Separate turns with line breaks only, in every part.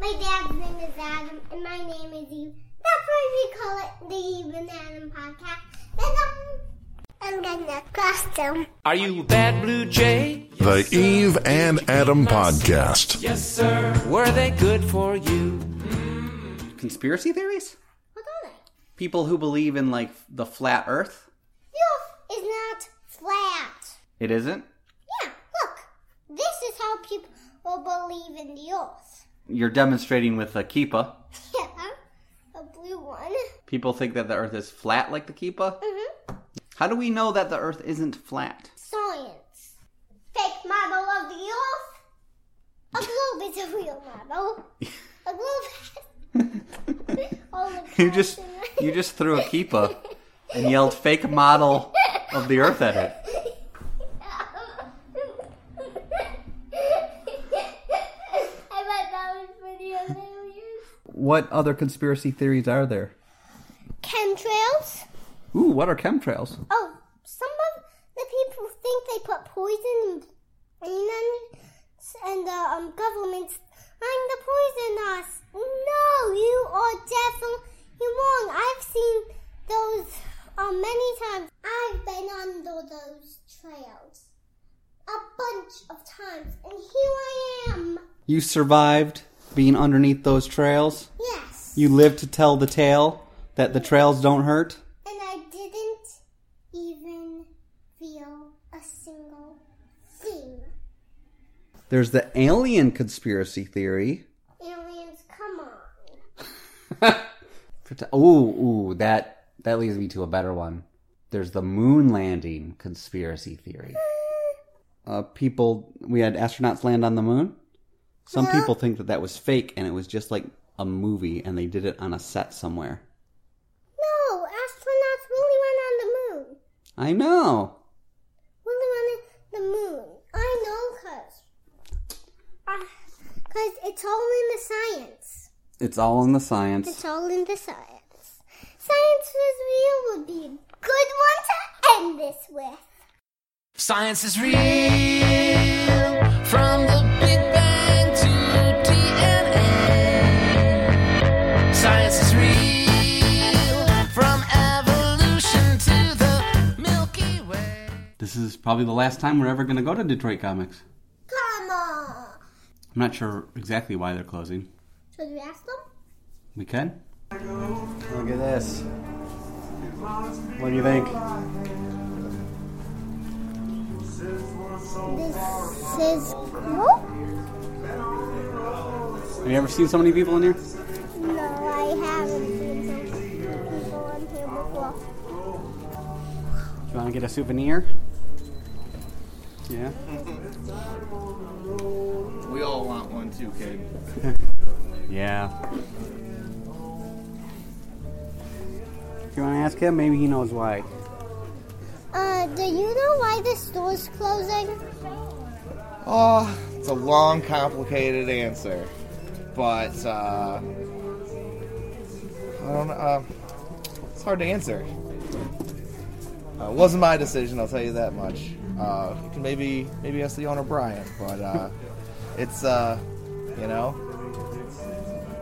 My dad's name is Adam, and my name is Eve. That's why we call it the Eve and Adam podcast. Then I'm, I'm gonna cross them.
Are you a bad blue jay?
The Eve and Adam Podcast.
Yes, sir. Were they good for you?
Conspiracy theories?
What are they?
People who believe in like the flat Earth?
The Earth is not flat.
It isn't.
Yeah, look. This is how people believe in the Earth.
You're demonstrating with the Keepa.
Yeah, a blue one.
People think that the Earth is flat like the Keepa.
Mm-hmm.
How do we know that the Earth isn't flat?
Science. Fake model of the Earth. A globe is a real model. A globe. All the
You just
clouds
you just threw a Keepa and yelled fake model of the Earth at it.
I bet that was pretty hilarious.
What other conspiracy theories are there?
Chemtrails.
Ooh, what are chemtrails?
Oh, some of the people think they put poison in, and then and the um, government's trying to poison us. No, you are definitely wrong. I've seen those um, many times. I've been under those trails a bunch of times, and here I am.
You survived being underneath those trails.
Yes,
You lived to tell the tale that the trails don't hurt.
and I didn't even feel a single thing.
There's the alien conspiracy theory.
Aliens, come on.
Ooh, ooh, that that leads me to a better one. There's the moon landing conspiracy theory. Uh, people, we had astronauts land on the moon. Some
Yeah.
people think that that was fake and it was just like a movie, and they did it on a set somewhere.
No, astronauts really went on the moon.
I know.
Really went on the moon. I know, cause, uh, cause it's all in the science.
It's all in the science.
It's all in the science. Science was real would be a good one to end this with.
Science is real. From the Big Bang to DNA. Science is real. From evolution to the Milky Way.
This is probably the last time we're ever going to go to Detroit Comics.
Come on.
I'm not sure exactly why they're closing.
Should we ask them?
We can. Look at this. What do you think?
This is cool.
Have you ever seen so many people in here?
No, I haven't seen some people on here before.
Do you want to get a souvenir? Yeah.
We all want one too, kid.
Yeah. Do you want to ask him? Maybe he knows why.
Uh, do you know why the store's closing?
Oh, it's a long, complicated answer, but uh, I don't. Uh, it's hard to answer. Uh, it wasn't my decision, I'll tell you that much. Uh, you can maybe maybe ask the owner Brian, but uh, it's uh, you know,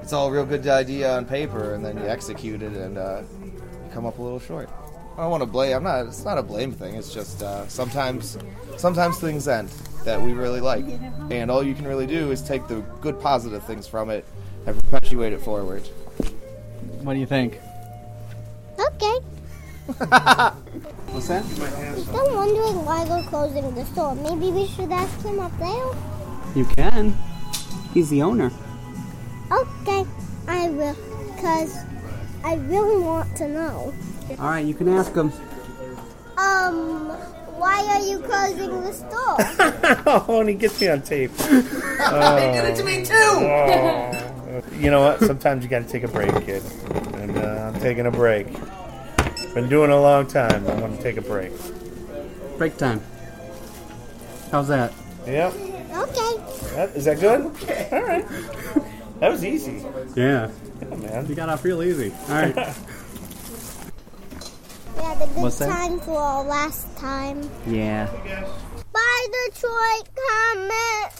it's all a real good idea on paper, and then you execute it and uh, you come up a little short. I don't want to blame. I'm not. It's not a blame thing. It's just uh, sometimes, sometimes things end that we really like, and all you can really do is take the good positive things from it and perpetuate it forward.
What do you think?
Okay.
What's that?
Still wondering why they're closing the store. Maybe we should ask him up there.
You can. He's the owner.
Okay, I will, cause I really want to know.
All right, you can ask him.
Um, why are you closing the store?
oh, and he gets me on tape. he did it to me too. Oh. you know what? Sometimes you got to take a break, kid. And uh, I'm taking a break. Been doing it a long time. I want to take a break.
Break time. How's that?
Yep.
okay.
That, is that good? Okay. All right. That was easy.
Yeah,
Yeah, man.
got off real easy. All right.
We had a good
What's that?
time for our last time.
yeah.
Bye, Detroit Comet.